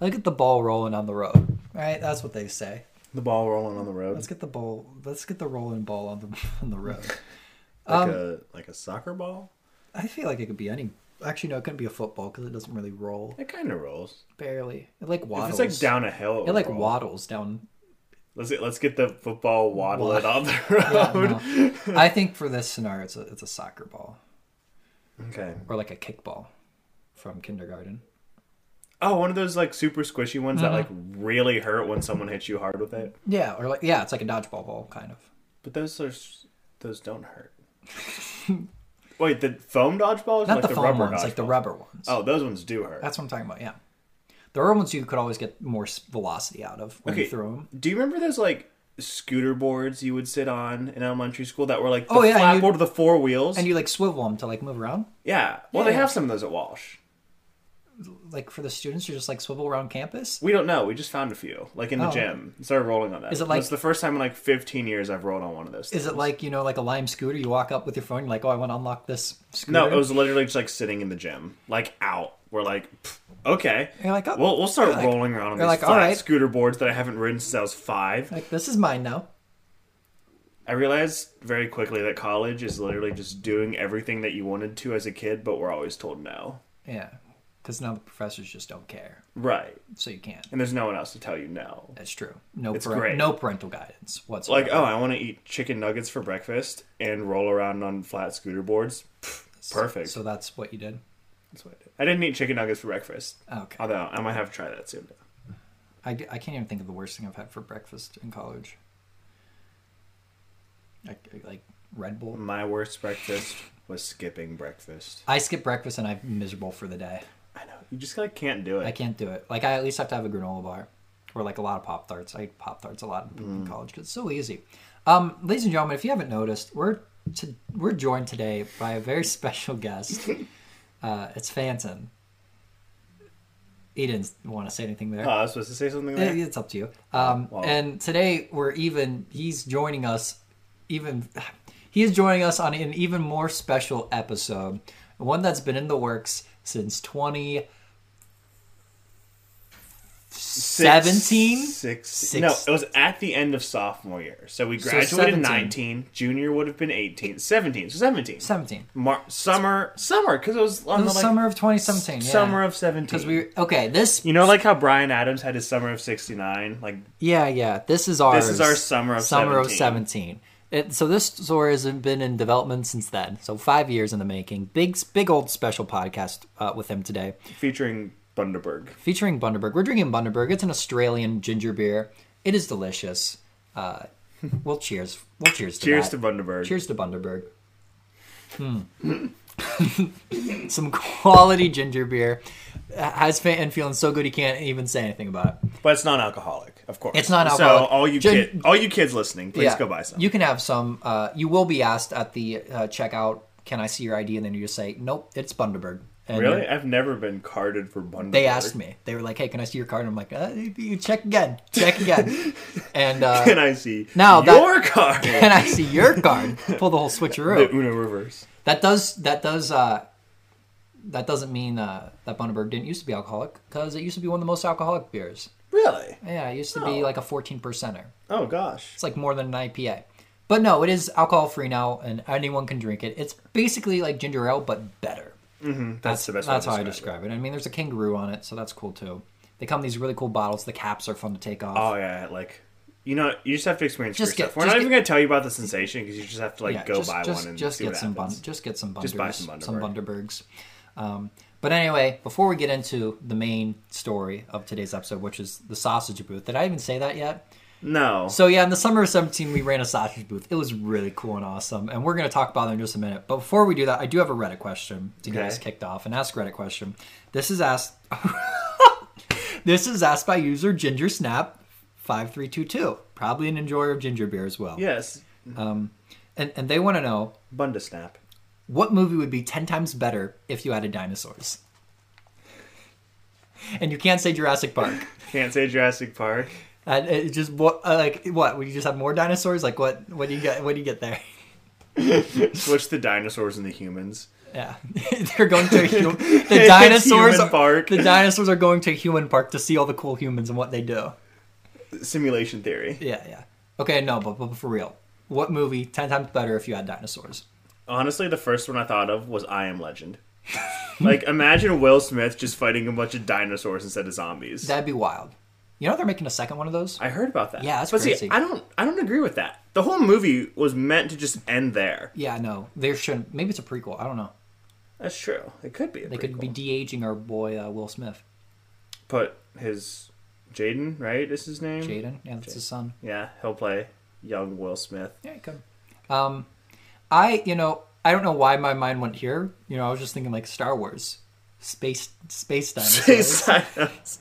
Let's get the ball rolling on the road. Right? That's what they say. The ball rolling on the road, Let's get the ball. Let's get the rolling ball on the on the road. Um, like a like a soccer ball. I feel like it could be any. Actually, no, it couldn't be a football because it doesn't really roll. It kind of rolls. Barely. It like waddles. If it's like down a hill, It like roll. waddles down. Let's get, let's get the football waddle it Wa- on the Yeah, road. no. I think for this scenario, it's a it's a soccer ball Okay. or like a kickball from kindergarten. Oh, one of those like super squishy ones Uh-huh. that like really hurt when someone hits you hard with it. Yeah, or like yeah, it's like a dodgeball ball kind of. But those are s- those don't hurt. Wait, the foam dodgeballs, or, Not like the, the, foam rubber ones, like the dodgeballs? rubber ones. Oh, those ones do hurt. That's what I'm talking about. Yeah, the rubber ones you could always get more s- velocity out of when Okay. you throw them. Do you remember those like scooter boards you would sit on in elementary school that were like the Oh, yeah, and flat you- board of the four wheels? And you like swivel them to like move around. yeah. Well, they Yeah. have some of those at Walsh. Like for the students, you just like swivel around campus. We don't know. We just found a few, like in the Oh. gym. Started rolling on that. Is it like- It's the first time in like 15 years I've rolled on one of those. Is it like you know like a lime scooter? You walk up with your phone, you're like, oh, I want to unlock this scooter. No, it was literally just like sitting in the gym, like out. We're like, "Pff, okay, You're like, oh, we'll we'll start you're like- rolling around on these you're like, flat all right. scooter boards that I haven't ridden since I was five. like this is mine now. I realized very quickly that college is literally just doing everything that you wanted to as a kid, but we're always told no. Yeah, because now the professors just don't care, Right, so you can't. and there's no one else to tell you no. That's true. No, It's parent- great. no parental guidance whatsoever. Like, oh, I want to eat chicken nuggets for breakfast and roll around on flat scooter boards. Pff, perfect. So that's what you did. That's what I did. I didn't eat chicken nuggets for breakfast. Okay. Although I might have to try that soon. I, I can't even think of the worst thing I've had for breakfast in college. Like, like Red Bull. My worst breakfast was skipping breakfast. I skip breakfast and I'm miserable for the day. I know. You just like can't do it. I can't do it. Like I at least have to have a granola bar, or like a lot of pop tarts. I eat pop tarts a lot in Mm. college because it's so easy. Um, ladies and gentlemen, if you haven't noticed, we're to, we're joined today by a very special guest. uh, it's Phantom. He didn't want to say anything there. Oh, I was supposed to say something Uh, Yeah, there. It's up to you. Um, Wow. And today we're even. He's joining us. Even he is joining us on an even more special episode, one that's been in the works since twenty seventeen. Six, Six. No, it was at the end of sophomore year. So we So 17. graduated 19. Junior would have been 18. 17. So 17. 17. Mar- summer. Summer. Because it was on It was the like, summer of 2017. Yeah. summer of 17. Because we okay. This you know, like how Brian Adams had his summer of 69? Like, yeah yeah. This is ours. is our summer of summer 17. of 17. It, so this story has been in development since then. So five years in the making. Big big old special podcast uh, with him today. featuring Bundaberg. featuring Bundaberg. We're drinking Bundaberg. It's an Australian ginger beer. It is delicious. Uh, well, cheers. Well, cheers. To Cheers that. to Bundaberg. Cheers to Bundaberg. Hmm. Some quality ginger beer. Has Fenton feeling so good he can't even say anything about it. But it's non-alcoholic, of course. It's non-alcoholic. So all you Gen- kid, all you kids listening, please go buy some. You can have some. Uh, you will be asked at the uh, checkout, "Can I see your ID?" And then you just say, "Nope, it's Bundaberg." And really? I've never been carded for Bundaberg. They asked me. They were like, "Hey, can I see your card?" And I'm like, uh, "You check again, check again." and uh, Can I see Now that- your card? can I see your card? Pull the whole the switcheroo. Uno reverse. That does that does uh, that doesn't mean uh, that Bundaberg didn't used to be alcoholic because it used to be one of the most alcoholic beers. Really? Yeah, it used to be Oh. like a fourteen percenter. Oh gosh. It's like more than an IPA. But no, it is alcohol free now, and anyone can drink it. It's basically like ginger ale, but better. That's, the best. That's way how to I describe it. I mean, there's a kangaroo on it, so that's cool too. They come in these really cool bottles. The caps are fun to take off. Oh yeah, like you know, you just have to experience it Just yourself. get- We're just not even get- gonna tell you about the sensation because you just have to like Yeah, go just, buy just, one and just see get what some happens. bun- just get some Bunders, Just buy some some Bundaberg. Bundabergs. Um, but anyway, before we get into the main story of today's episode, which is the sausage booth, did I even say that yet? No. So yeah, in the summer of seventeen, we ran a sausage booth. It was really cool and awesome, and we're going to talk about it in just a minute. But before we do that, I do have a Reddit question to get Okay. us kicked off and ask Reddit question. This is asked. this is asked by user Ginger Snap five three two two, probably an enjoyer of ginger beer as well. yes. and and they want to know Bunda snap. what movie would be 10 times better if you added dinosaurs? And you can't say Jurassic Park. Can't say Jurassic Park. And it just what uh, like what? Would you just have more dinosaurs? Like what? What do you get? What do you get there? Switch the dinosaurs and the humans. Yeah, they're going to a hu- the It's dinosaurs. human are- park. The dinosaurs are going to a human park to see all the cool humans and what they do. Simulation theory. Yeah, yeah. Okay, no, but, but for real, what movie ten times better if you had dinosaurs? Honestly, the first one I thought of was I Am Legend. like, imagine Will Smith just fighting a bunch of dinosaurs instead of zombies. That'd be wild. You know they're making a second one of those. I heard about that. Yeah, that's but see, crazy. I don't, I don't agree with that. The whole movie was meant to just end there. Yeah, no, there shouldn't. Maybe it's a prequel. I don't know. That's true. It could be. A They could be de aging our boy uh, Will Smith, put his Jaden right. Is his name? Jaden. Yeah, that's his son. Yeah, he'll play young Will Smith. Yeah, you could. Um, I you know I don't know why my mind went here. You know, I was just thinking like Star Wars, space space dinosaurs. Silence.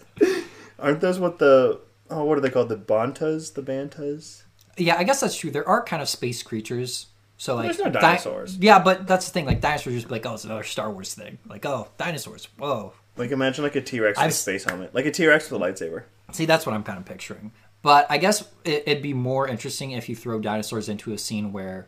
Aren't those what the oh what are they called? The Bantas? The Bantas? Yeah, I guess that's true. There are kind of space creatures. So like there's no di- dinosaurs. yeah, but that's the thing. Like dinosaurs, just be like, oh, it's another Star Wars thing. Like, oh, dinosaurs. Whoa. Like imagine like a T Rex with I've a s- space helmet. Like a T Rex with a lightsaber. See, that's what I'm kind of picturing. But I guess it, it'd be more interesting if you throw dinosaurs into a scene where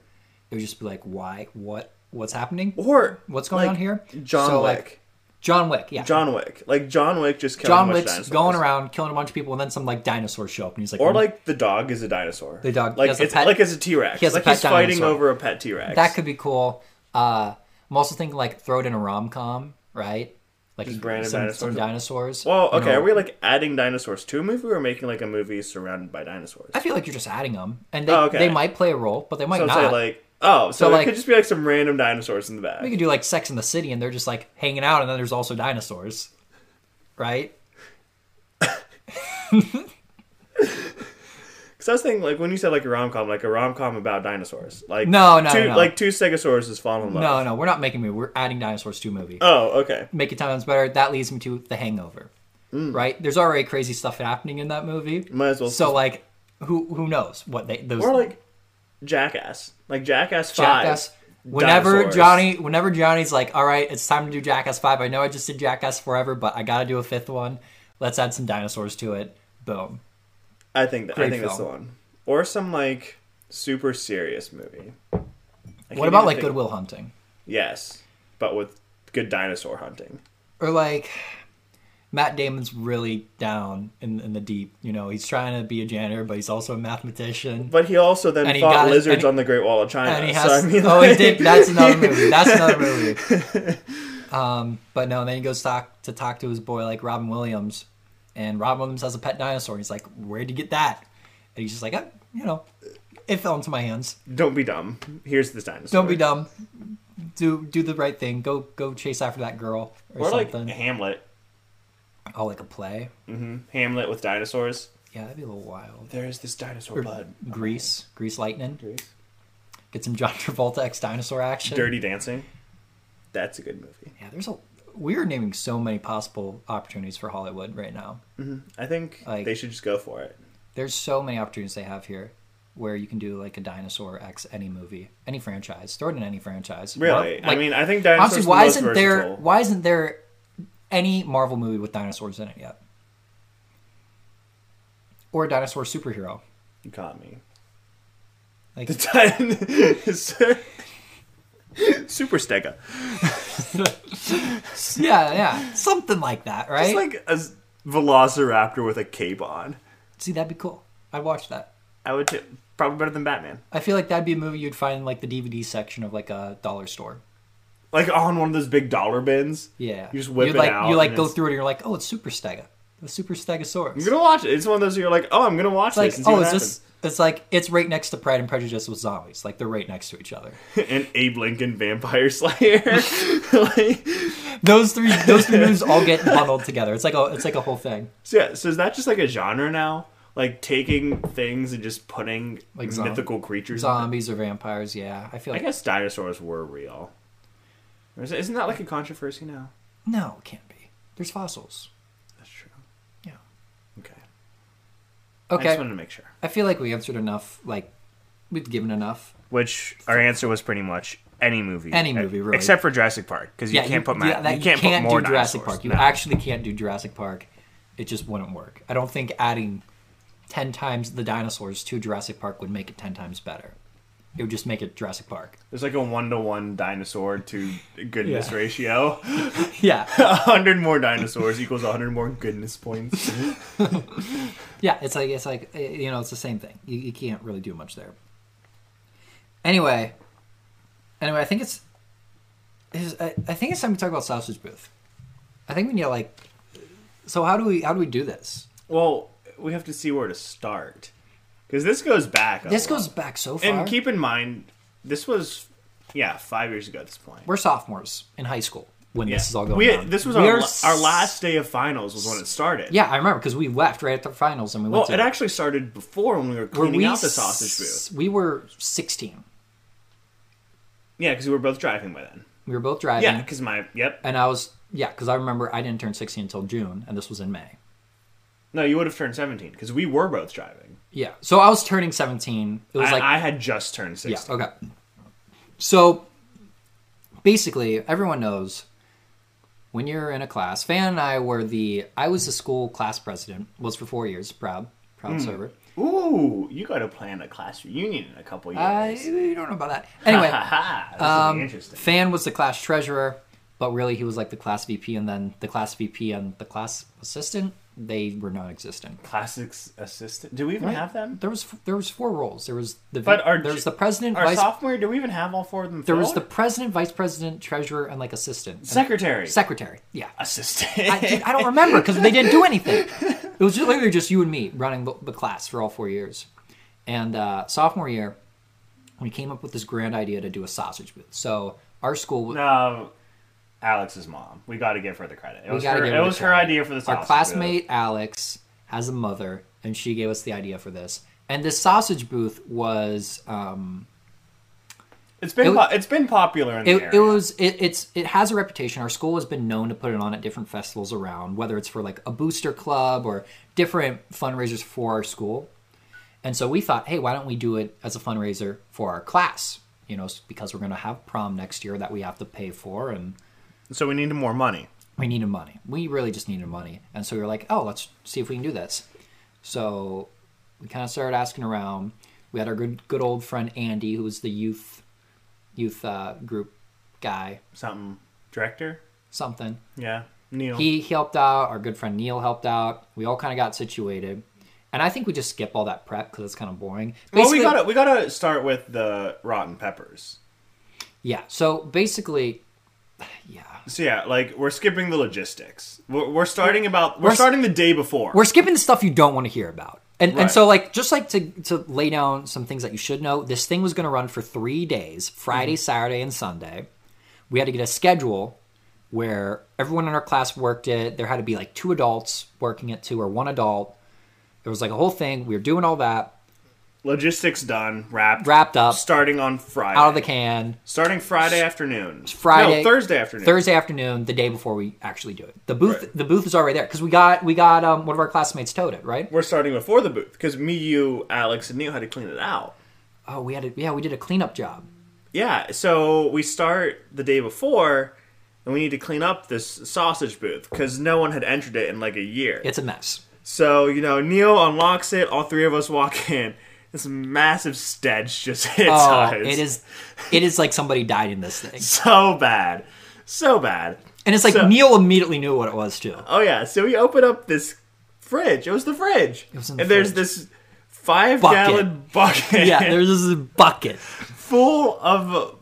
it would just be like, why, what, what's happening, Or what's going like, on here? John So, Wick. like, John Wick. Yeah. John Wick. Like John Wick just killing a John bunch of Wick's dinosaurs. going around killing a bunch of people, and then some like dinosaurs show up, and he's like, Or "Mm, like the dog is a dinosaur. The dog- he like has a it's pet- like it's a T Rex. he has a Like pet he's fighting dinosaur. over a pet T Rex. that could be cool. Uh, I'm also thinking like throw it in a rom com, right? Like Just random some, dinosaurs. some dinosaurs. well, you okay, know? are we like adding dinosaurs to a movie or making like a movie surrounded by dinosaurs? I feel like you're just adding them, and they, Oh, okay. they might play a role, but they might So I'd not. say like oh, so, So, it like- could just be like some random dinosaurs in the back. we could do like Sex in the City, and they're just like hanging out, and then there's also dinosaurs, right? Because I was thinking, like, when you said like a rom com, like a rom com about dinosaurs, like No, no, two, no. like two stegosauruses falling in love. No, no, we're not making me. We're adding dinosaurs to a movie. Oh, okay. Make it ten times better. That leads me to The Hangover, Hmm. right? There's already crazy stuff happening in that movie. Might as well. So like, who who knows what they those or like Jackass, like Jackass Five. Jackass. Whenever dinosaurs. Johnny, whenever Johnny's like, "All right, it's time to do Jackass 5. I know I just did Jackass Forever, but I gotta do a fifth one. Let's add some dinosaurs to it." Boom. I think that, I Great think that's the film. one. Or some like super serious movie. I can't what about even like think- Goodwill Hunting Yes, but with good dinosaur hunting. or like Matt Damon's really down in in the deep. You know, he's trying to be a janitor, but he's also a mathematician. But he also then And he fought got- lizards and he- on the Great Wall of China. And he so, has I mean, oh, he like- did. That's another movie. That's another movie. Um, but no, then he goes talk to talk to his boy like Robin Williams, and Robin Williams has a pet dinosaur. He's like, "Where'd you get that?" And he's just like, "Uh, "You know, it fell into my hands. Don't be dumb. Here's this dinosaur. Don't be dumb. Do do the right thing. Go go chase after that girl or, Or like something. Hamlet. oh, like a play. Hamlet with dinosaurs. Yeah, that'd be a little wild. There is this dinosaur blood. Grease, Grease Lightning. Get some John Travolta X dinosaur action. Dirty Dancing. That's a good movie. Yeah, there's a. We're naming so many possible opportunities for Hollywood right now. I think Like- they should just go for it. There's so many opportunities they have here where you can do like a dinosaur X any movie, any franchise, throw it in any franchise. Really? Well, like, I mean, I think honestly, dinosaurs why is the isn't most there versatile. why isn't there any Marvel movie with dinosaurs in it yet? Or a dinosaur superhero? You caught me. Like- the dinosaur. Super Stega. yeah, yeah, something like that, right? It's like a s- velociraptor with a cape on. See, that'd be cool. I'd watch that. I would t- probably better than Batman. I feel like that'd be a movie you'd find in like the DVD section of like a dollar store. Like on one of those big dollar bins. Yeah, You just whip You'd, it like, out You like and go it's- through it, and you're like, oh, it's Super Stega, the Super Stegosaurus. You're gonna watch it. It's one of those where you're like, oh, I'm gonna watch It's like, this and see oh, what it's happens. just it's like it's right next to Pride and Prejudice with zombies. Like they're right next to each other. and Abe Lincoln Vampire Slayer. like, Those three those three movies all get bundled together. It's like a it's like a whole thing. So yeah, so is that just like a genre now? Like taking things and just putting Like zom- mythical creatures. in them? Zombies or vampires, yeah. I feel I like guess dinosaurs were real. Or is- Isn't that like a controversy now? no, it can't be. There's fossils. That's true. Yeah. Okay. I Okay. just wanted to make sure. I feel like we answered enough. Like we've given enough. Which our answer was pretty much any movie. Any movie, really. Except for Jurassic Park, because you yeah, can't put ma- yeah, that- you can't, put more do Jurassic dinosaurs. Park. You No. actually can't do Jurassic Park. It just wouldn't work. I don't think adding ten times the dinosaurs to Jurassic Park would make it ten times better. it would just make it Jurassic Park. There's like a one to one dinosaur to goodness Yeah. ratio. Yeah, A hundred more dinosaurs equals a hundred more goodness points. yeah. It's like it's like eh, you know it's the same thing. You, you can't really do much there. Anyway, anyway, I think it's. is- I I think it's time to talk about Sausage Booth. I think we need to like. So how do we how do we do this? Well, we have to see where to start because this goes back. a This lot. goes back so far. And keep in mind, this was yeah five years ago at this point. We're sophomores in high school when Yeah. this is all going we, on. This was We our, are la- s- our last day of finals was when it started. Yeah, I remember because we left right after finals and we Well, went it to. actually started before when we were were cleaning we out the sausage booth. s- We were sixteen. Yeah, because we were both driving by then. We were both driving. Yeah, because my yep. And I was yeah, because I remember I didn't turn sixteen until June, and this was in May. No, you would have turned seventeen because we were both driving. Yeah, so I was turning seventeen. It was I, like I had just turned yeah, sixteen. okay. So basically, everyone knows when you're in a class. Fan and I were the I was the school class president. Was for four years. Proud, proud Hmm. server. Ooh, you got to plan a class reunion in a couple I years. you don't know about that. Anyway, um, Ha ha! This will be interesting. Fan was the class treasurer, but really he was like the class VP, and then the class VP and the class assistant they were non-existent. Classics assistant. Do we even have them? There was there was four roles. There was the But our- there was the president, Our vice sophomore. Do we even have all four of them? there was the filled? president, vice president, treasurer, and like assistant, And secretary. secretary. Yeah, assistant. I, dude, I don't remember because they didn't do anything. It was just literally just you and me running the, the class for all four years. And uh, sophomore year, we came up with this grand idea to do a sausage booth. So our school, was No, Alex's mom. We got to give her the credit. It was gotta her. give It her the was her credit. idea for the sausage. our classmate Alex has a mother, and she gave us the idea for this. And this sausage booth was. Um, booth. It's been it was- po- it's been popular in the it, area. it was it, it's it has a reputation our school has been known to put it on at different festivals around whether it's for like a booster club or different fundraisers for our school and so we thought hey why don't we do it as a fundraiser for our class you know s- because we're going to have prom next year that we have to pay for and so we needed more money. we needed money we really just needed money and so we were like oh let's see if we can do this so we kind of started asking around we had our good good old friend andy who was the youth youth uh, group guy Something director. something Yeah, Neil. he helped out our good friend neil helped out we all kind of got situated and i think we just skip all that prep because it's kind of boring well, we gotta we gotta start with the rotten peppers. yeah so basically yeah So yeah, like we're skipping the logistics. We're, we're starting about we're, We're s- starting the day before. we're skipping the stuff you don't want to hear about and, Right. and so like just like to, to lay down some things that you should know this thing was going to run for three days Mm-hmm. friday saturday and sunday we had to get a schedule where everyone in our class worked it there had to be like two adults working it too or one adult there was like a whole thing we were doing all that logistics done, wrapped, wrapped up starting on Friday. out of the can starting Friday afternoon. Friday- no, Thursday afternoon. Thursday afternoon, the day before we actually do it. The booth, the booth is already there because we got we got um, one of our classmates towed it, right? we're starting before the booth because me, you, Alex, and Neil had to clean it out. Oh, we had a, yeah, we did a cleanup job. Yeah, so we start the day before, and we need to clean up this sausage booth because no one had entered it in like a year. It's a mess. So you know, Neil unlocks it. All three of us walk in. This massive stench just hits Oh, us. it is, it is like somebody died in this thing, so bad, so bad. and it's like So- Neil immediately knew what it was too. Oh yeah, so we open up this fridge. It was the fridge. It was in and the there's fridge. this five gallon bucket Yeah, there's this bucket. full of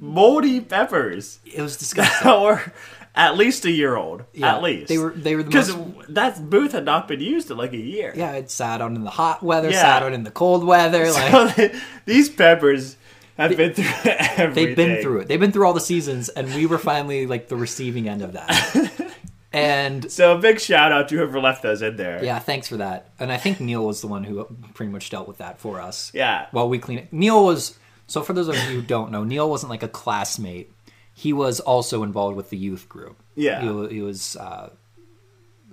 moldy peppers It was disgusting. that were at least a year old. Yeah, at least they were they were the because most. that booth had not been used in like a year. Yeah, it sat out in the hot weather, Yeah. sat out in the cold weather. Like these peppers have been through everything. They've been through it. They've been through all the seasons, and we were finally like the receiving end of that. and So a big shout out to whoever left those in there. yeah, thanks for that. And I think Neil was the one who pretty much dealt with that for us. Yeah. While we clean it. Neil was so for those of you who don't know, Neil wasn't like a classmate. He was also involved with the youth group. Yeah. He, wa- he was uh,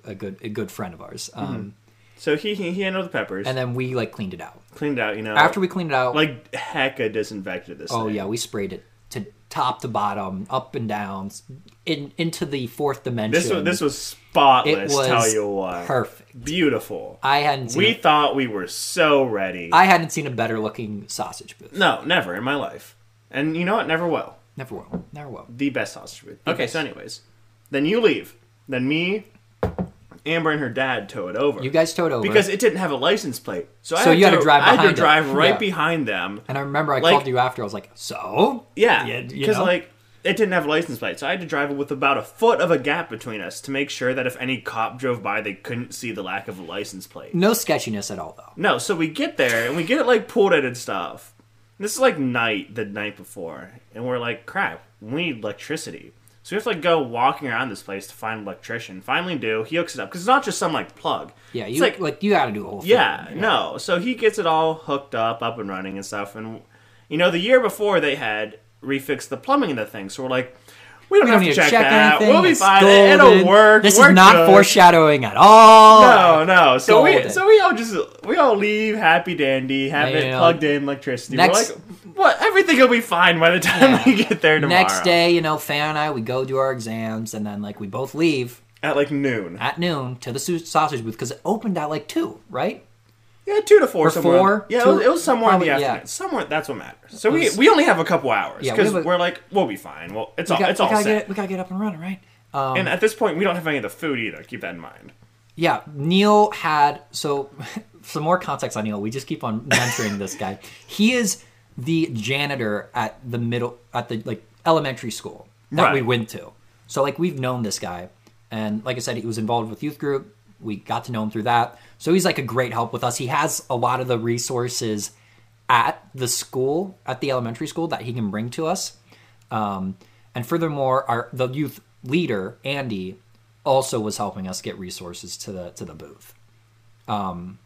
a good a good friend of ours. Um, Mm-hmm. So he he, he handled the peppers, And then we like cleaned it out. cleaned it out. You know, After we cleaned it out, like hecka disinfected this. Oh thing. yeah, we sprayed it to top to bottom, up and down, in into the fourth dimension. This was this was spotless. it was tell you what. perfect. Beautiful. I hadn't seen. We a- thought we were so ready. I hadn't seen a better looking sausage booth. no, never in my life. And you know what? Never will. Never will. Never will. The best sausage booth. Okay, so anyways, then you leave. Then me, Amber, and her dad tow it over. You guys towed over because it didn't have a license plate, so, I So had you had to, to drive I had to behind it. drive right Yeah. behind them. and I remember I like- called you after. I was like, "So, Yeah, Yeah, you because know? like it didn't have a license plate, so I had to drive it with about a foot of a gap between us to make sure that if any cop drove by, they couldn't see the lack of a license plate. no sketchiness at all, though." No, so we get there and we get it like pulled at and stuff. This is like night, the night before, and we're like, crap, we need electricity. So we have to like go walking around this place to find an electrician. Finally, do he hooks it up because it's not just some like plug. Yeah, It's you like, you got to do a whole thing. yeah, no. So he gets it all hooked up, up and running and stuff. And you know, the year before they had refixed the plumbing of the thing, so we're like, we don't, We have don't need to to check, check, that. anything. We'll be It's fine. golden. It'll work. This We're is not good. foreshadowing at all. No, no. So we, Golden. so we all just we all leave happy dandy, have Yeah, it yeah. plugged in, electricity. Next- we're like, what? Everything will be fine by the time Yeah. we get there tomorrow. Next day, you know, Fan and I we go do our exams, and then like we both leave at like noon. at noon to the su- sausage booth because it opened at like two, right? Yeah, two to four. Or somewhere. four, Yeah, it two- was, it was somewhere in the probably, yeah. afternoon. Somewhere. That's what matters. So was- we we only have a couple hours Yeah, we because have a- we are like we'll be fine. Well, it's all got- it's all gotta set. get we gotta get up and running, right? Um, And at this point, we don't have any of the food either. Keep that in mind. yeah, Neil had so some more context on Neil. We just keep on mentoring this guy. He is the janitor at the middle at the like elementary school that we Right. went to. So like we've known this guy, and like I said, he was involved with youth group. We got to know him through that. So he's like a great help with us. He has a lot of the resources at the school at the elementary school that he can bring to us. Um, and furthermore, our the youth leader Andy also was helping us get resources to the to the booth. Um,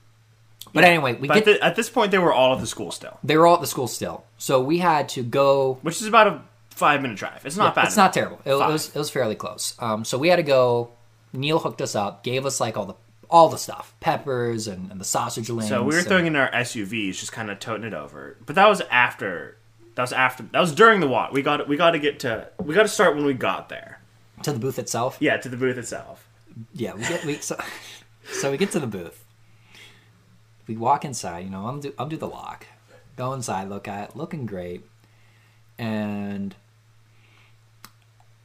but anyway, we But get at, thi- at this point, they were all at the school still, they were all at the school still, so we had to go. which is about a five minute drive. It's not bad. It's not enough. terrible. It, it Five. was it was fairly close. Um, so we had to go. Neil hooked us up, gave us like all the all the stuff, peppers and, and the sausage links. So we were and- throwing in our SUVs, just kind of toting it over. But that was after. That was after. That was during the walk. We got. We got to get to. We got to start when we got there. to the booth itself. Yeah, to the booth itself. yeah we get we so, so we get to the booth we walk inside you know undo, undo the lock go inside look at it looking great and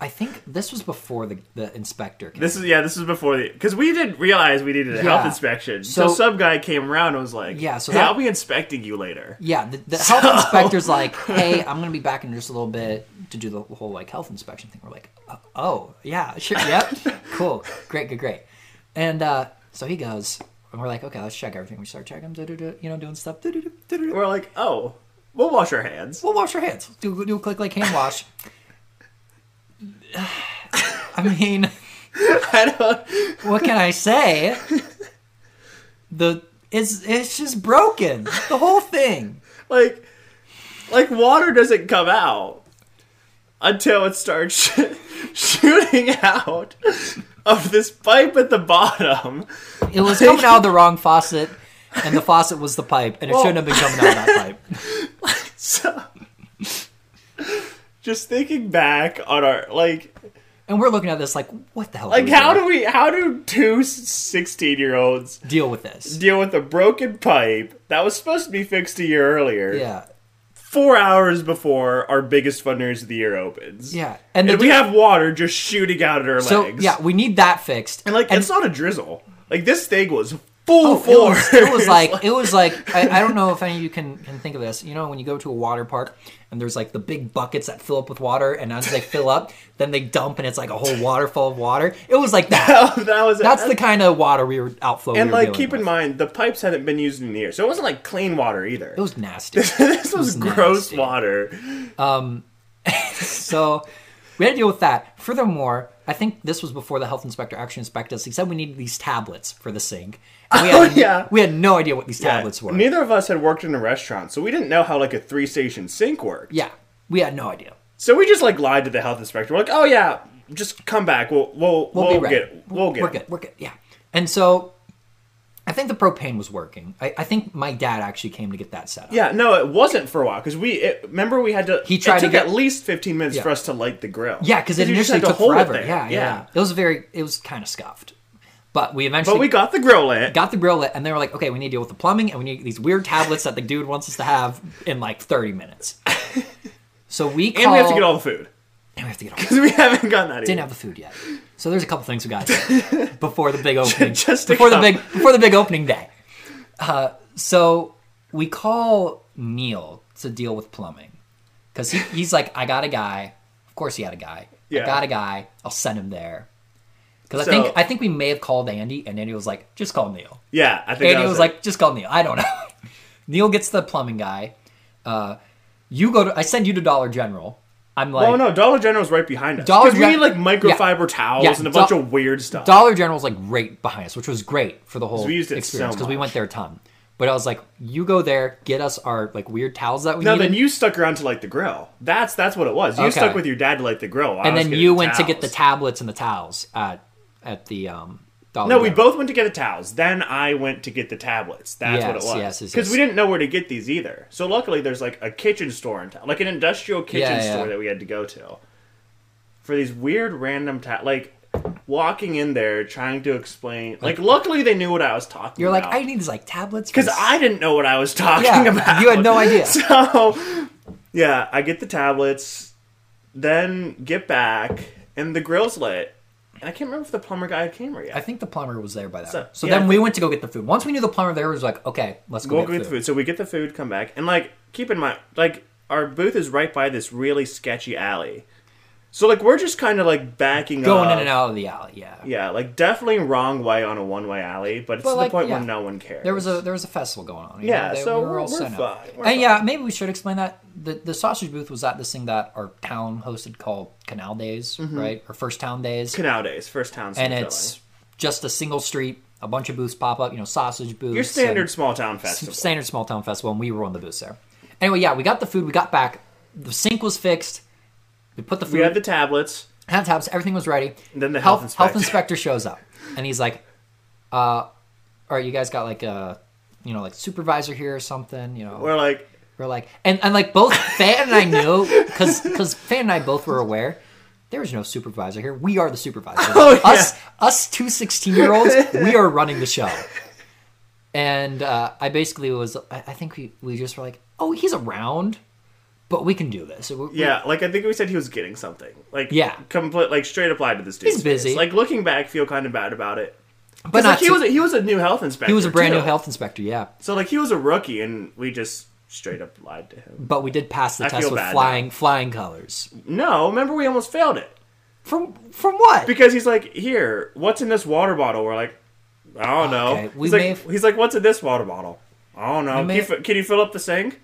i think this was before the, the inspector came This is yeah. This is before the because we didn't realize we needed a health Yeah. inspection. So, So- some guy came around and was like, Yeah, so hey, that- I'll be inspecting you later." yeah the, the health inspector's like hey i'm gonna be back in just a little bit to do the whole like health inspection thing we're like oh yeah sure yep cool great good great and uh so he goes and we're like okay let's check everything we start checking duh-duh-duh, you know doing stuff duh-duh-duh, duh-duh-duh. We're like, "Oh, we'll wash our hands." Well, wash your hands. Do do a click like hand wash. I mean, I don't. what can I say? The it's it's just broken. The whole thing. like like water doesn't come out until it starts sh- shooting out of this pipe at the bottom. It was coming out of the wrong faucet, and the faucet was the pipe, and it Well- shouldn't have been coming out of that pipe. So just thinking back on our like And we're looking at this like, what the hell? like how do we how do two 16 year olds deal with this? deal with a broken pipe that was supposed to be fixed a year earlier Yeah, four hours before our biggest fundraiser of the year opens yeah, and the we dude- have water just shooting out at our so legs yeah, we need that fixed. And like, it's not a drizzle. Like this thing was full Oh, it force. was, it was like it was like I, I don't know if any of you can, can think of this. You know when you go to a water park and there's like the big buckets that fill up with water, and as they fill up, then they dump, and it's like a whole waterfall of water. It was like Oh, that. that was That's the kind of water we were outflow. and we were like dealing keep in with. mind the pipes hadn't been used in years, so it wasn't like clean water either. it was nasty. this was, gross nasty. water. so we had to deal with that. Furthermore, I think this was before the health inspector actually inspected us. He said we needed these tablets for the sink. And we Oh, had, yeah. we had no idea what these Yeah. tablets were. Neither of us had worked in a restaurant, so we didn't know how like a three station sink worked. yeah, we had no idea. So we just like lied to the health inspector. We're like, oh yeah, just come back. We'll we'll we'll, we'll, be ready. get we'll get We're good. We're good. Yeah. And so, I think the propane was working. I, I think my dad actually came to get that set up. Yeah, no, it wasn't for a while because we it, remember we had to. He tried it to took get- at least fifteen minutes Yeah. for us to light the grill. Yeah, because it you just initially had to took hold it forever. there. Yeah, yeah, It was very. It was kind of scuffed. But we eventually But we got the grill lit. got the grill lit, and they were like, okay, we need to deal with the plumbing, and we need these weird tablets that the dude wants us to have in like 30 minutes. So we call, and we have to get all the food. and we have to get all. Because we haven't gotten that Didn't either. have the food yet. So there's a couple things we got to do before the big opening. Just to before the come. big before the big opening day. Uh, so we call Neil to deal with plumbing because he, he's like, I got a guy. Of course, he had a guy. I Yeah. got a guy. I'll send him there. Because So- I think I think we may have called Andy, and Andy was like, just call Neil. Yeah, I think And that he was, was it. like, just call Neil. I don't know. Neil gets the plumbing guy. Uh, you go to. I send you to Dollar General. I'm like, Oh no, Dollar General's right behind us. Dollar Because we Gen- need like microfiber towels Yeah, and a Do- bunch of weird stuff. Dollar General's like right behind us, which was great for the whole we used it so experience because we much. went there a ton. But I was like, you go there, get us our like weird towels that we no, needed. then you stuck around to like the grill. That's that's what it was. You Okay. stuck with your dad to like the grill. I and was then getting you went to get the towels. tablets and the towels at at the um Dollar No, we General. both went to get the towels. Then I went to get the tablets. That's what it Yes, was. yes, yes, Because we yes. didn't know where to get these either. So luckily, there's like a kitchen store in town, like an industrial kitchen Yeah, yeah. store that we had to go to for these weird random ta- like walking in there trying to explain. Like, luckily they knew what I was talking. You're like, about. I need these like tablets for because this." I didn't know what I was talking yeah, about. you had no idea. So, yeah, I get the tablets, then get back, and the grill's lit. And I can't remember if the plumber guy came or yet. I think the plumber was there by that. So- So, so yeah, I then we went to go get the food. Once we knew the plumber there, it was like, okay, let's go We'll get get food. the food. So we get the food, come back, and like keep in mind, like our booth is right by this really sketchy alley. So like we're just kind of like backing Going up. in and out of the alley, yeah. Yeah, like definitely wrong way on a one way alley, but it's But, to like, the point where yeah. no one cares. There was a there was a festival going on. you Yeah, know, they- so we're- we're set up. fine, we're and yeah, maybe we should explain that the the sausage booth was at this thing that our town hosted called Canal Days, right? Or First Town Days, Mm-hmm. canal days, first town. and it's just a single street, a bunch of booths pop up. You know, sausage booths, your standard and- small town festival. standard small town festival, and we were on the booths there. Anyway, yeah, we got the food, we got back, the sink was fixed, we put the food, we had the tablets. hand taps, everything was ready. And then the health inspector shows up, and he's like, uh, "All right, you guys got like a, you know, like supervisor here or something, you know." We're like, We're like, and, and like both Fan and I knew because because Fan and I both were aware there is no supervisor here. We are the supervisor. Oh, Us us two 16 year olds, we are running the show. And uh, I basically was, I I think we, we just were like, oh, he's around, but we can do this. We- we- Yeah, like I think we said he was getting something. Like Yeah. complete like straight up lied to this dude. He's busy. Like looking back, feel kind of bad about it. but But not like, he to- was a, he was a new health inspector. he was a brand too. new health inspector, yeah. So like he was a rookie, and we just straight up lied to him. But we did pass the I test feel with bad flying flying colors. No, remember we almost failed it From from what? because he's like, "Here, what's in this water bottle?" We're like, "I don't know." Okay, we he's like, may have- he's like, "What's in this water bottle?" I don't know. may Can you, have- fi- can you fill up the sink?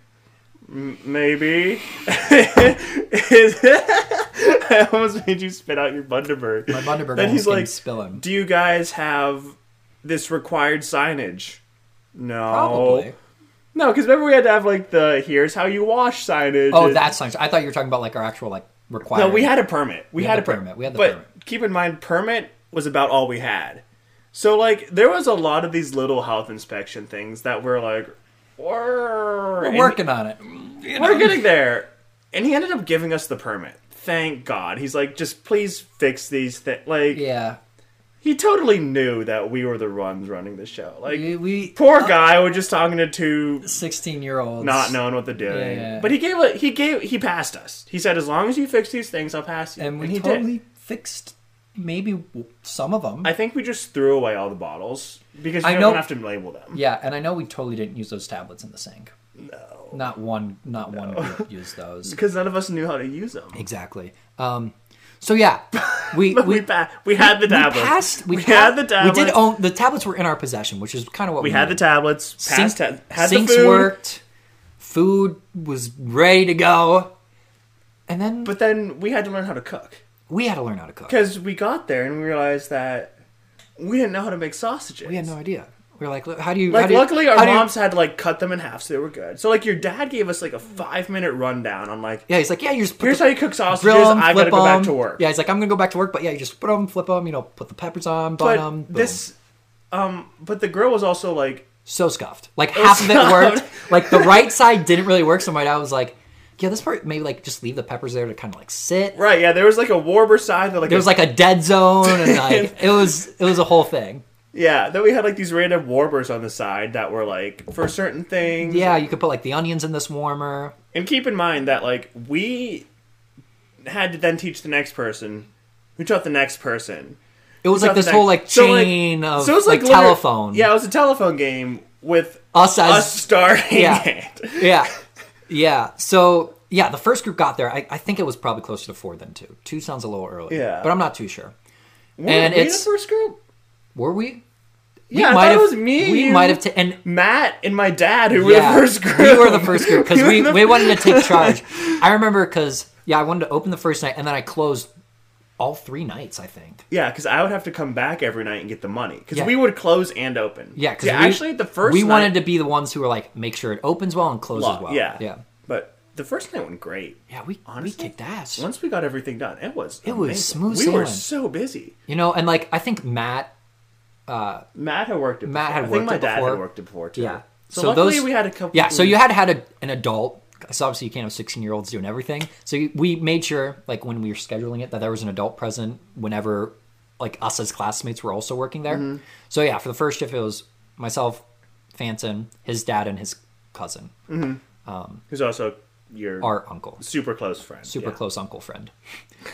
M- maybe. Is- I almost made you spit out your Bundaberg. My Bundaberg Then almost he's didn't like, spill him. Do you guys have this required signage? No. Probably. No, because remember we had to have like the here's how you wash signage. Oh, and- that's nice. I thought you were talking about like our actual like requirement. no. We had a permit. We, had had, the a per- permit. We had the but permit. keep in mind, permit was about all we had. So like, there was a lot of these little health inspection things that were like, we're, We're working on it. we're getting there. And he ended up giving us the permit. Thank God. He's like, just please fix these things. Like, Yeah. he totally knew that we were the ones running the show. Like, We, we poor guy, we're just talking to two 16 year olds. not knowing what they're doing. yeah. But he gave a he gave he passed us. He said, "As long as you fix these things, I'll pass you." And we he totally did. fixed maybe w- some of them. I think we just threw away all the bottles because you I don't know- have to label them. yeah, and I know we totally didn't use those tablets in the sink. No. Not one, not one group used those. Because none of us knew how to use them. Exactly. Um, so yeah, we, But we we, we, pa- we had the we tablets. passed. We, We pa- had the tablets. We did own, the tablets were in our possession, which is kind of what we, We had the needed. tablets. Passed. Sink- ta- had the sinks food. worked. Food was ready to go. And then But then we had to learn how to cook we had to learn how to cook. because we got there and we realized that we didn't know how to make sausages. We had no idea. We were like, "Look, how do you? how Like, do you- luckily, our how do you-" moms had to like cut them in half so they were good. So, like, your dad gave us like a five minute rundown on like yeah, he's like, yeah, you just put Here's the, how you cook sausages. grill 'em, I flip gotta go back 'em." to work. Yeah, he's like, I'm gonna go back to work, but yeah, you just put them, flip them, you know, put the peppers on, bun but them. Boom. this, um, but the grill was also like, so scuffed. Like half of it worked. Like the right side didn't really work. So my dad was like, yeah, this part maybe like just leave the peppers there to kind of like sit. right? Yeah, there was like a Warber side that like There was like a dead zone, and like it was it was a whole thing. Yeah, then we had like these random warmers on the side that were like for certain things. Yeah, you could put like the onions in this warmer. And keep in mind that like we had to then teach the next person, who taught the next person. It was like who taught the this whole like next- chain of so it was, like, liter- telephone. Yeah, it was a telephone game with Us as- us starting Yeah. it. yeah, yeah. So yeah, the first group got there. I, I think it was probably closer to four than two. Two sounds a little early. Yeah. but I'm not too sure. Were And we it's- the first group. Were we? We Yeah, I might thought have- it was me. We you, might have. ta- and Matt and my dad who yeah, were the first group. We were the first group because We were we, the- we wanted to take charge. I remember because yeah, I wanted to open the first night and then I closed all three nights. I think. Yeah, because I would have to come back every night and get the money. Because Yeah. we would close and open. Yeah, because actually the first we night, wanted to be the ones who were like make sure it opens well and closes Lot, well. Yeah, yeah, But the first night went great. yeah. We Honestly, we kicked ass. Once we got everything done, it was it was smooth We were sailing. so busy. You know, and like I think Matt. Matt had worked it. Matt before. had I think worked my it dad before. had worked it before too. Yeah. So, So luckily those- we had a couple. Yeah, so you had had a, an adult. So obviously you can't have sixteen year olds doing everything. So you- we made sure, like when we were scheduling it, that there was an adult present whenever, like us as classmates were also working there. Mm-hmm. So yeah, for the first shift it was myself, Fanton, his dad, and his cousin, Hmm. who's also your our uncle, super close friend. super yeah. close uncle friend.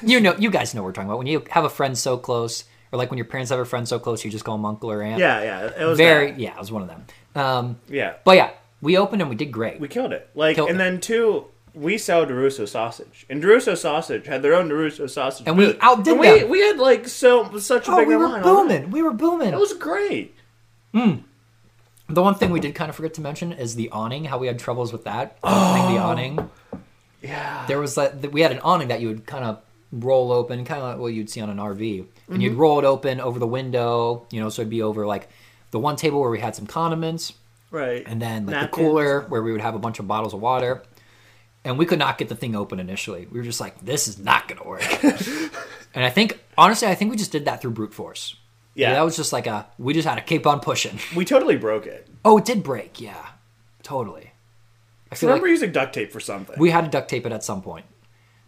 You know, you guys know what we're talking about when you have a friend so close, or like when your parents have a friend so close, you just call them uncle or aunt. Yeah, yeah. It was very. that. Yeah, it was one of them. Um, Yeah, but yeah, we opened and we did great. we killed it. Like, Killed and it. then two, we sell Deruso sausage, and Deruso sausage had their own Deruso sausage, And we booth. outdid And we them. we had like so such a Oh, big we were line on that. booming. We were booming. It was great. The one thing we did kind of forget to mention is the awning. How we had troubles with that opening the awning. Yeah. There was that we had an awning that you would kind of roll open, kind of like what you'd see on an RV, and you'd Mm-hmm. roll it open over the window. You know, so it'd be over like the one table where we had some condiments, Right. and then like Napkins. the cooler where we would have a bunch of bottles of water. And we could not get the thing open initially. We were just like, this is not going to work. and I think, honestly, I think we just did that through brute force. Yeah. That was just like a, we just had to keep on pushing. We totally broke it. Oh, it did break. Yeah, totally. I I feel remember like using duct tape for something. we had to duct tape it at some point,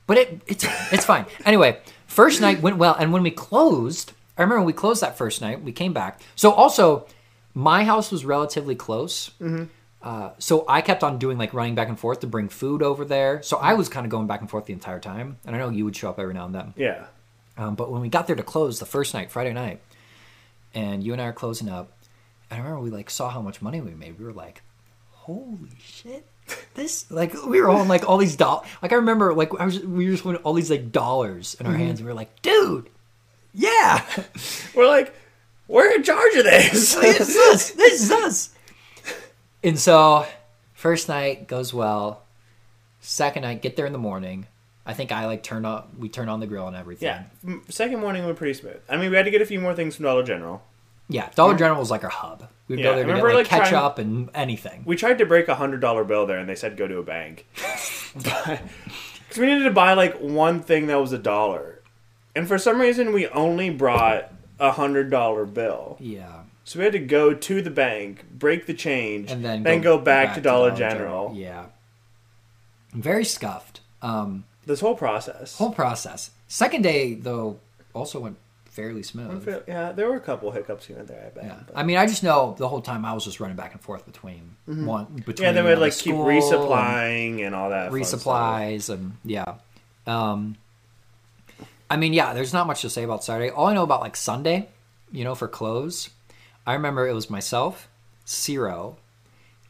but it it's it's fine. Anyway, first night went well, and when we closed, I remember when we closed that first night. We came back. So also, my house was relatively close. Uh, so I kept on doing like running back and forth to bring food over there. So I was kind of going back and forth the entire time, and I know you would show up every now and then. yeah. Um, but when we got there to close the first night, Friday night, and you and I are closing up, and I remember we like saw how much money we made. We were like, "Holy shit!" This like we were on like all these dollars. Like I remember like I was we were just holding all these like dollars in our hands. And we were like, "Dude, yeah, We're like, we're in charge of this. this is us. This is us." And so, first night goes well. Second night, get there in the morning. I think I like turn on we turn on the grill and everything. yeah. M- Second morning went pretty smooth. I mean, we had to get a few more things from Dollar General. Yeah, Dollar General was like our hub. We'd Yeah, go there I to get remember, like, like, trying- ketchup and anything. We tried to break a hundred dollar bill there, and they said go to a bank. Because we needed to buy like one thing that was a dollar, and for some reason we only brought a hundred dollar bill. Yeah, So we had to go to the bank, break the change, and then go, back, to Dollar, General. Yeah, very scuffed. Um, This whole process. whole process. Second day though also went fairly smooth. Yeah, there were a couple hiccups here and there. I bet. Yeah. but- I mean, I just know the whole time I was just running back and forth between one between Mm-hmm. Yeah, they would another like keep school and- resupplying and, all that. fun stuff. resupplies and yeah. Um, I mean, yeah, there's not much to say about Saturday. All I know about like Sunday, you know, for clothes, I remember it was myself, Ciro,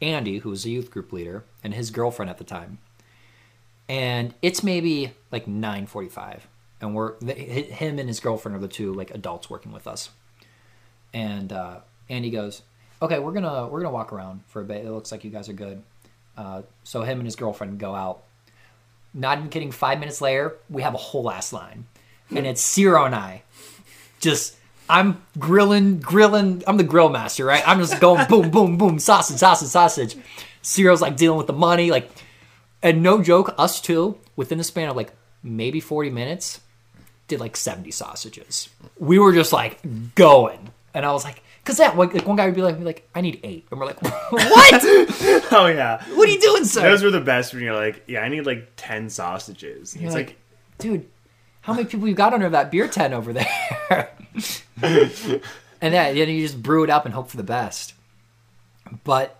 Andy, who was a youth group leader, and his girlfriend at the time. And it's maybe like 9:45, and we're th- h- him and his girlfriend are the two like adults working with us. And uh, Andy goes, "Okay, we're gonna we're gonna walk around for a bit. It looks like you guys are good." Uh, so him and his girlfriend go out. Not even kidding. Five minutes later, we have a whole ass line, and it's Ciro and I. Just I'm grilling, grilling. I'm the grill master, right? I'm just going boom, boom, boom, sausage, sausage, sausage. Ciro's like dealing with the money, like, and no joke, us two within the span of like maybe 40 minutes did like 70 sausages. We were just like going, and I was like, because that one, like, one guy would be like, be like, I need eight, and we're like, what? Oh yeah, what are you doing, sir? those were the best when you're like, yeah, I need like ten sausages. You're it's like, like, dude, how many people you got under that beer tent over there? and that you know, you just brew it up and hope for the best. But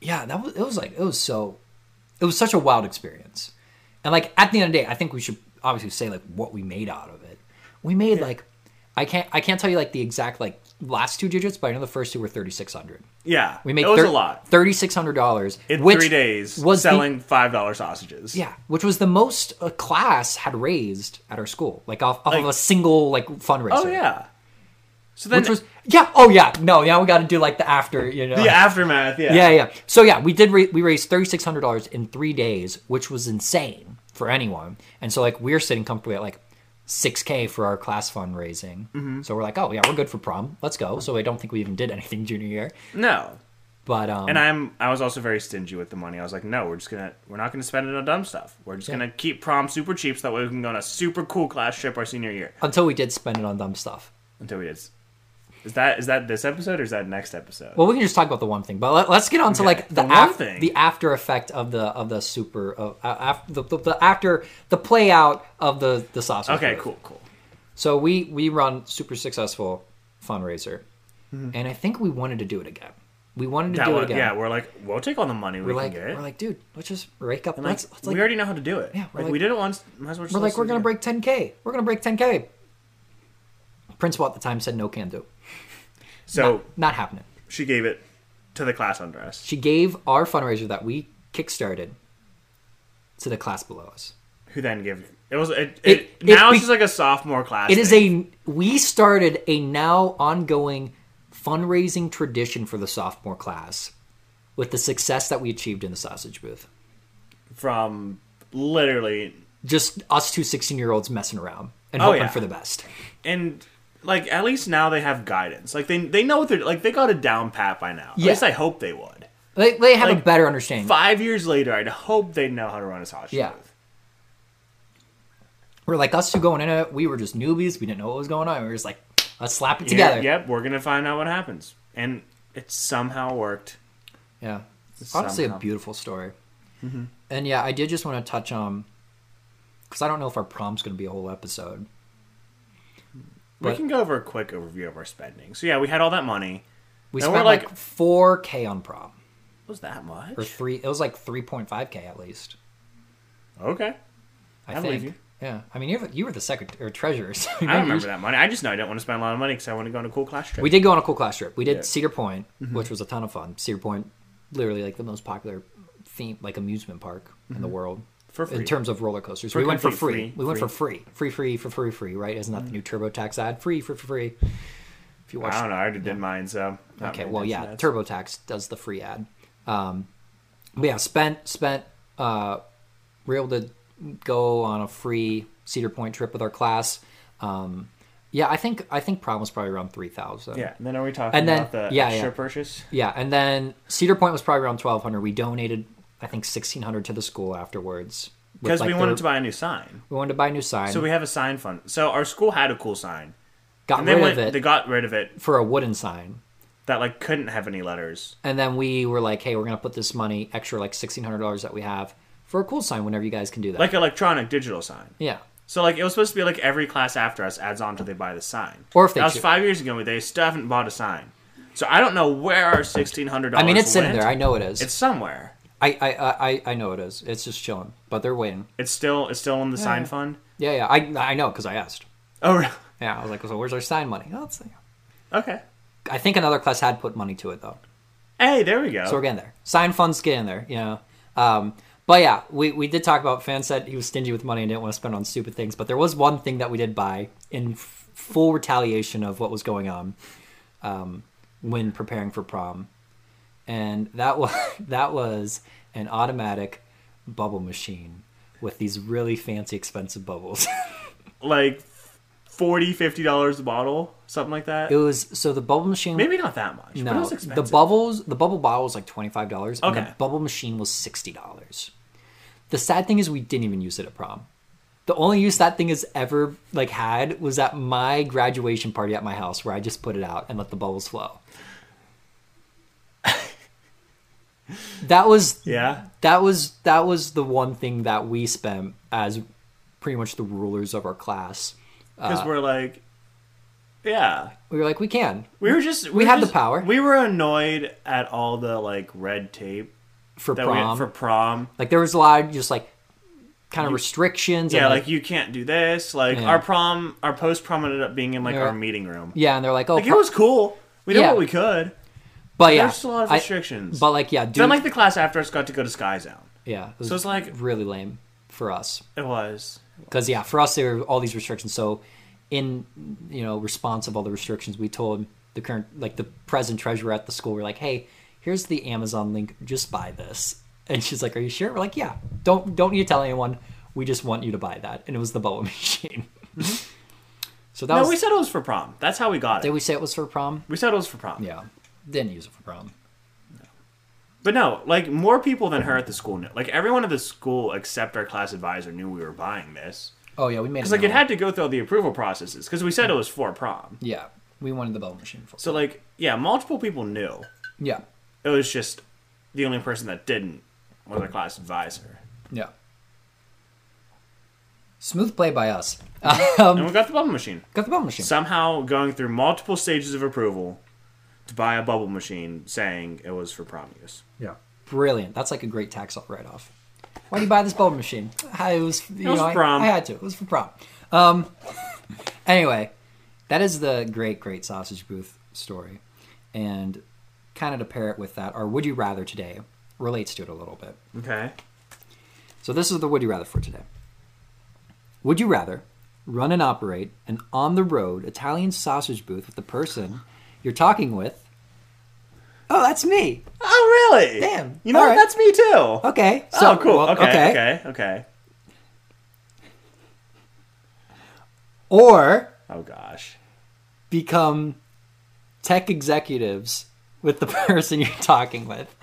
yeah, that was it was like it was so it was such a wild experience. And like at the end of the day, I think we should obviously say like what we made out of it. We made like I can't I can't tell you like the exact like last two digits, but I know the first two were thirty six hundred. Yeah, We made it was thir- a lot thirty six hundred dollars in three days. Was the- selling five dollar sausages. yeah, which was the most a class had raised at our school, like off, off of a single like fundraiser. Oh yeah. So then which was yeah. Oh yeah, no, yeah, we got to do like the after, you know. the aftermath. Yeah. yeah, yeah. So yeah, we did. Ra- we raised thirty six hundred dollars in three days, which was insane for anyone. And so like we're sitting comfortably at like six k for our class fundraising. Mm-hmm. So we're like, oh yeah, we're good for prom. Let's go. So I don't think we even did anything junior year, No. but um, And I'm I was also very stingy with the money. I was like, no, we're just gonna we're not gonna spend it on dumb stuff. We're just gonna keep prom super cheap so that way we can go on a super cool class trip our senior year. until we did spend it on dumb stuff. Until we did. s- Is that is that this episode or is that next episode? Well, we can just talk about the one thing, but let, us get on to like the the one af- thing. the after effect of the of the super of uh, af- the, the, the after the play out of the the sausage. okay, booth. cool, cool. So we we run super successful fundraiser, and I think we wanted to do it again. We wanted to That do one, it again. yeah, we're like, we'll take all the money we we're can like get. we're like, dude, let's just rake up. Like, let's, let's like we already know how to do it. Yeah, we're like, like- we did it once. Might as well just we're like let's we're do it gonna break again. 10k. We're gonna break 10k. Principal at the time said no can do. So Not happening. she gave it to the class under us. She gave our fundraiser that we kickstarted to the class below us. Who then gave it was it, it, It- it now be- it's just like a sophomore class. It is thing. a we started a now ongoing fundraising tradition for the sophomore class with the success that we achieved in the sausage booth. from literally Just us two 16 year olds messing around and Oh, hoping yeah. for the best. and like at least now they have guidance. Like they they know what they're like they got a down pat by now. Yeah. At least I hope they would. They, they have a Like, better understanding. Five years later, I'd hope they know how to run a sausage Yeah. booth. We're like us two going in it. We were just newbies. We didn't know what was going on. We were just like, let's slap it Here- together. Yeah. yep, we're gonna find out what happens, and it somehow worked. It's honestly a Somehow. Mm-hmm. beautiful story. And yeah, I did just want to touch on because I don't know if our prom's going to be a whole episode. we But- can go over a quick overview of our spending. So yeah, we had all that money. We And we're spent like like- 4K on prom. What was that much? or three. It was like three point five k at least. Okay, I, I think. believe Yeah, I mean, you were, you were the secretary or treasurer. so I maybe you remember should- that money. I just know I didn't want to spend a lot of money because I want to go on a cool class trip. We did go on a cool class trip. We did Yeah. Mm-hmm. Cedar Point, which was a ton of fun. Cedar Point, literally like the most popular theme like amusement park in the world Mm-hmm. For free. in terms of roller coasters. For we went for complete free. free. Mm-hmm. We went for free, free, free for free, free. Right? Isn't that the new TurboTax ad? Free for for free. If you watch I don't know. I already did mine, so not Okay, really well, yeah, that's- TurboTax does the free ad. Um, but yeah, spent spent. Uh, we were able to go on a free Cedar Point trip with our class. Um, yeah, I think I think prom was probably around three thousand. Yeah, and then are we talking And then- about the yeah, extra yeah. purchase? yeah, and then Cedar Point was probably around twelve hundred. We donated, I think, sixteen hundred to the school afterwards with, Because like, we the- wanted to buy a new sign. we wanted to buy a new sign. So we have a sign fund. So our school had a cool sign, got and they rid went. of it They got rid of it for a wooden sign. that like couldn't have any letters. And then we were like, "Hey, we're gonna put this money, extra like sixteen hundred dollars that we have, for a cool sign whenever you guys can do that." Like electronic digital sign. yeah, So like it was supposed to be like every class after us adds on till they buy the sign. Or if they that was choo- five years ago, they still haven't bought a sign. So I don't know where our sixteen I hundred dollars. mean, it's sitting there. I know it is. It's somewhere. I, I, I, I- I know it is. It's just chilling, but they're waiting. It's still it's still in the sign yeah. fund. Yeah, yeah. I, I know because I asked. Oh, really? Yeah, I was like, so where's our sign money? Oh, it's- okay. I think another class had put money to it though, Hey, there we go. so we're getting there. Sign funds getting there, you know. Um, but yeah, we, we did talk about. Fan said he was stingy with money and didn't want to spend on stupid things, but there was one thing that we did buy in f- full retaliation of what was going on um, when preparing for prom, and that was that was an automatic bubble machine with these really fancy, expensive bubbles. like 40 dollars a bottle, something like that. It was so the bubble machine. Maybe not that much. but it no, was the expensive. bubbles, the bubble bottle was like twenty five dollars, and Okay. the bubble machine was sixty dollars. The sad thing is, we didn't even use it at prom. The only use that thing has ever like had was at my graduation party at my house, where I just put it out and let the bubbles flow. that was Yeah. that was that was the one thing that we spent as pretty much the rulers of our class. because we're like Yeah. We were like, we can. We were just We were had the just- power. We were annoyed at all the like red tape For that we prom. for prom. Like there was a lot of just like kind of restrictions. Yeah, and, like you can't do this. Like Yeah. our prom, our post prom ended up being in like Yeah. our meeting room. yeah, and they're like, oh, Like it pro- was cool. We did Yeah. what we could. but yeah, There's a lot of I- restrictions. but like yeah, dude, then like the class after us got to go to Sky Zone. yeah, it was So it's like really lame for us it was. because yeah, for us there were all these restrictions. So in you know response of all the restrictions, we told the current like the present treasurer at the school, we're like, hey, here's the Amazon link, just buy this. And she's like, are you sure? We're like, yeah, don't don't you tell anyone. We just want you to buy that, and it was the boa machine. so that No, was. Mm-hmm. we said it was for prom. That's how we got it. did we say it was for prom? we said it was for prom. Yeah, didn't use it for prom. But no, like more people than her at the school knew. Like everyone at the school except our class advisor knew we were buying this. Oh yeah, we made. Because like it had to go through all the approval processes. Because we said it was for prom. Yeah, we wanted the bow machine for. So like yeah, multiple people knew. yeah, It was just the only person that didn't was our class advisor. yeah. Smooth play by us. Um, And we got the bubble machine. Got the bow machine. Somehow going through multiple stages of approval to buy a bubble machine saying it was for prom use. yeah, brilliant. That's like a great tax write off. Why do you buy this bow machine? I, it was, you was know, for I- prom. I, had to. It was for prom. Um. anyway, that is the great, great sausage booth story, and kind of to pair it with that, our would you rather today relates to it a little bit. Okay. So this is the would you rather for today. Would you rather run and operate an on the road Italian sausage booth with the person you're talking with? Oh, that's me. Oh really? Damn. You know All what? right. that's me too. Okay. oh cool. well, okay, okay. Okay. Or Oh gosh. become tech executives with the person you're talking with.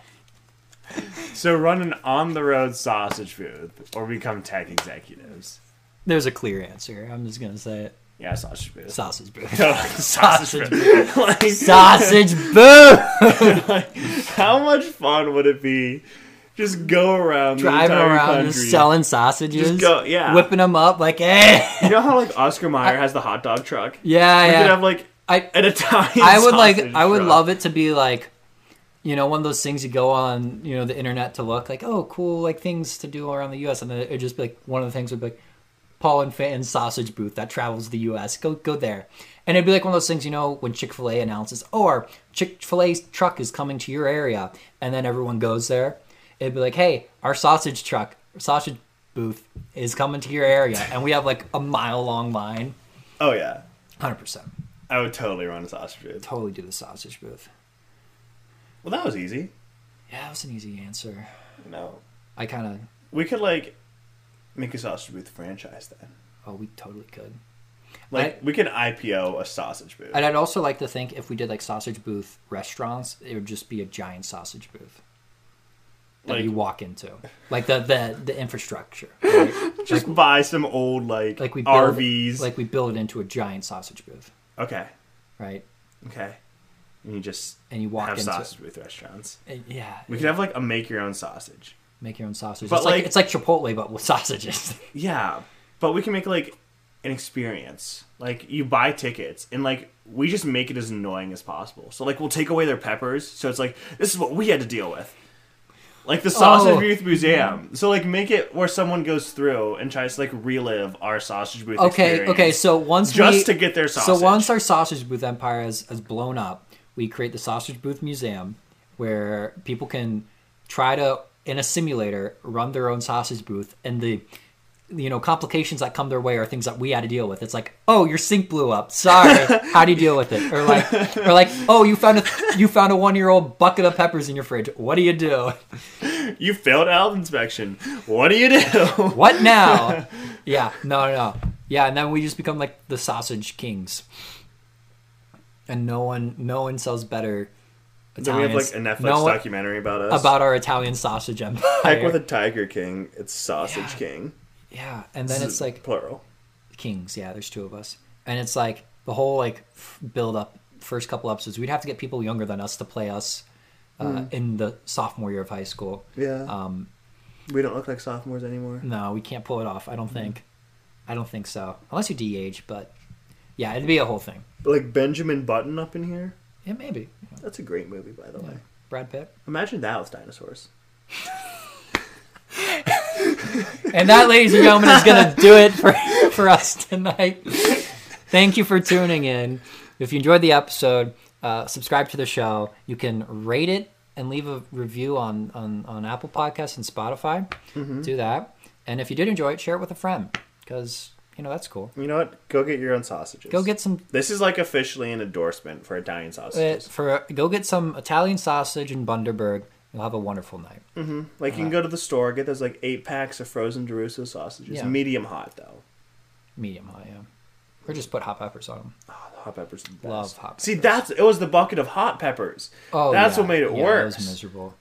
So run an on the road sausage booth or become tech executives. There's a clear answer. I'm just gonna say it. Yeah, sausage booth. Sausage booth. sausage, booth. like, sausage booth. how much fun would it be? Just go around Driving the entire around country. just selling sausages. Just go- yeah. Whipping them up like, eh. you know how like Oscar Mayer has the hot dog truck? Yeah, We yeah. could have like I an Italian. I would like sausage I would truck. love it to be like you know one of those things you go on you know the internet to look like oh cool like things to do around the U.S. and then it'd just be like one of the things would be like Paul and Fenton sausage booth that travels the U.S. Go go there, and it'd be like one of those things you know when Chick Fil A announces oh our Chick Fil A truck is coming to your area, and then everyone goes there. It'd be like hey our sausage truck sausage booth is coming to your area, and we have like a mile long line. Oh yeah, Hundred percent, I would totally run a sausage booth. totally do the sausage booth. Well, that was easy. Yeah, that was an easy answer. No, I kind of, we could like make a sausage booth franchise then. oh, we totally could. Like we can IPO a sausage booth. And I'd also like to think if we did like sausage booth restaurants, it would just be a giant sausage booth that Like- you walk into, like the the, the infrastructure. right? just buy some old like, Like we build, RVs. like we build it into a giant sausage booth, okay, right? okay. And you just And you walk have into- sausage booth restaurants. And yeah, We could have like a make your own sausage. make your own sausage. But, It's like, like- it's like Chipotle, but with sausages. Yeah, but we can make like an experience. Like you buy tickets and like we just make it as annoying as possible. So like we'll take away their peppers. So it's like this is what we had to deal with. Like the sausage Oh. booth museum. So like make it where someone goes through and tries to like relive our sausage booth. okay, okay. experience So once just we, to get their sausage. So once our sausage booth empire has, has blown up, we create the sausage booth museum where people can try to in a simulator run their own sausage booth and the you know complications that come their way are things that we had to deal with it's like oh your sink blew up sorry how do you deal with it or like or like oh you found a you found a one year old bucket of peppers in your fridge what do you do you failed health inspection. What do you do? what now yeah no no no yeah and then we just become like the sausage kings and no one no one sells better Then we have like Italians. a Netflix No one- documentary about us. about our italian sausage empire heck with a Tiger King. It's Sausage Yeah. King. yeah and then it's like plural. kings yeah there's two of us and it's like the whole like f- build up first couple episodes we'd have to get people younger than us to play us uh, in the sophomore year of high school Hmm. Yeah. um Hmm. we don't look like sophomores anymore. Hmm. No, we can't pull it off. I don't think. I don't think so. Unless you DH, but Yeah, it'd be a whole thing. Like Benjamin Button up in here. It may be. you know, That's a great movie, by the way. Brad Pitt. Imagine that with dinosaurs. And that, ladies and gentlemen, is going to do it for, for us tonight. Thank you for tuning in. If you enjoyed the episode, uh, subscribe to the show. You can rate it and leave a review on, on, on Apple Podcasts and Spotify. Do that. And if you did enjoy it, share it with a friend because, you know, that's cool. You know what? Go get your own sausages. Go get some This is like officially an endorsement for Italian uh, sausages. for go get some Italian sausage in Bundaberg. You'll have a wonderful night. like Uh-huh. you can go to the store, get those like eight packs of frozen Jerusalem sausages, Yeah. medium hot though. Medium hot, yeah. Or just put hot peppers on them. Oh, the hot peppers. are the Love best. hot See, peppers. that's it was the bucket of hot peppers. Oh, that's yeah. what made it yeah, worse. It was miserable.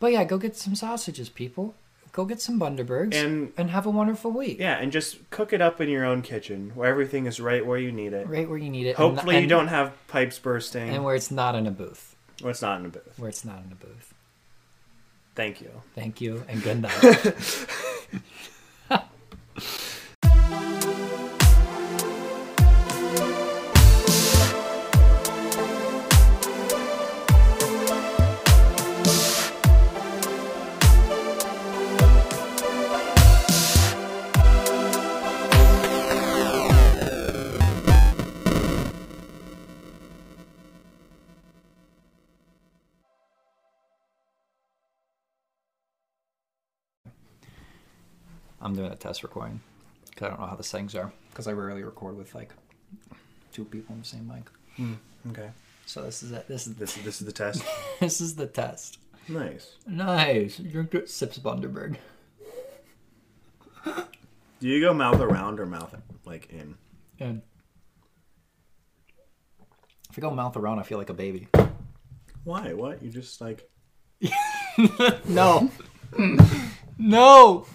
But yeah, go get some sausages, people. Go get some Bundabergs And- have a wonderful week. Yeah, and just cook it up in your own kitchen where everything is right where you need it. Right where you need it. and- Hopefully, and, you don't have pipes bursting. And where it's not in a booth. Well, it's not in a booth. Where it's not in a booth. Thank you. Thank you and good night. I'm doing a test recording because I don't know how the settings are because I rarely record with like two people on the same mic. Okay. So this is it. This is This this is the test. this is the test. nice. Nice. Drink it. Sips Bundaberg. Do you go mouth around or mouth like in? And if I go mouth around, I feel like a baby. Why? What? You just like. No. no.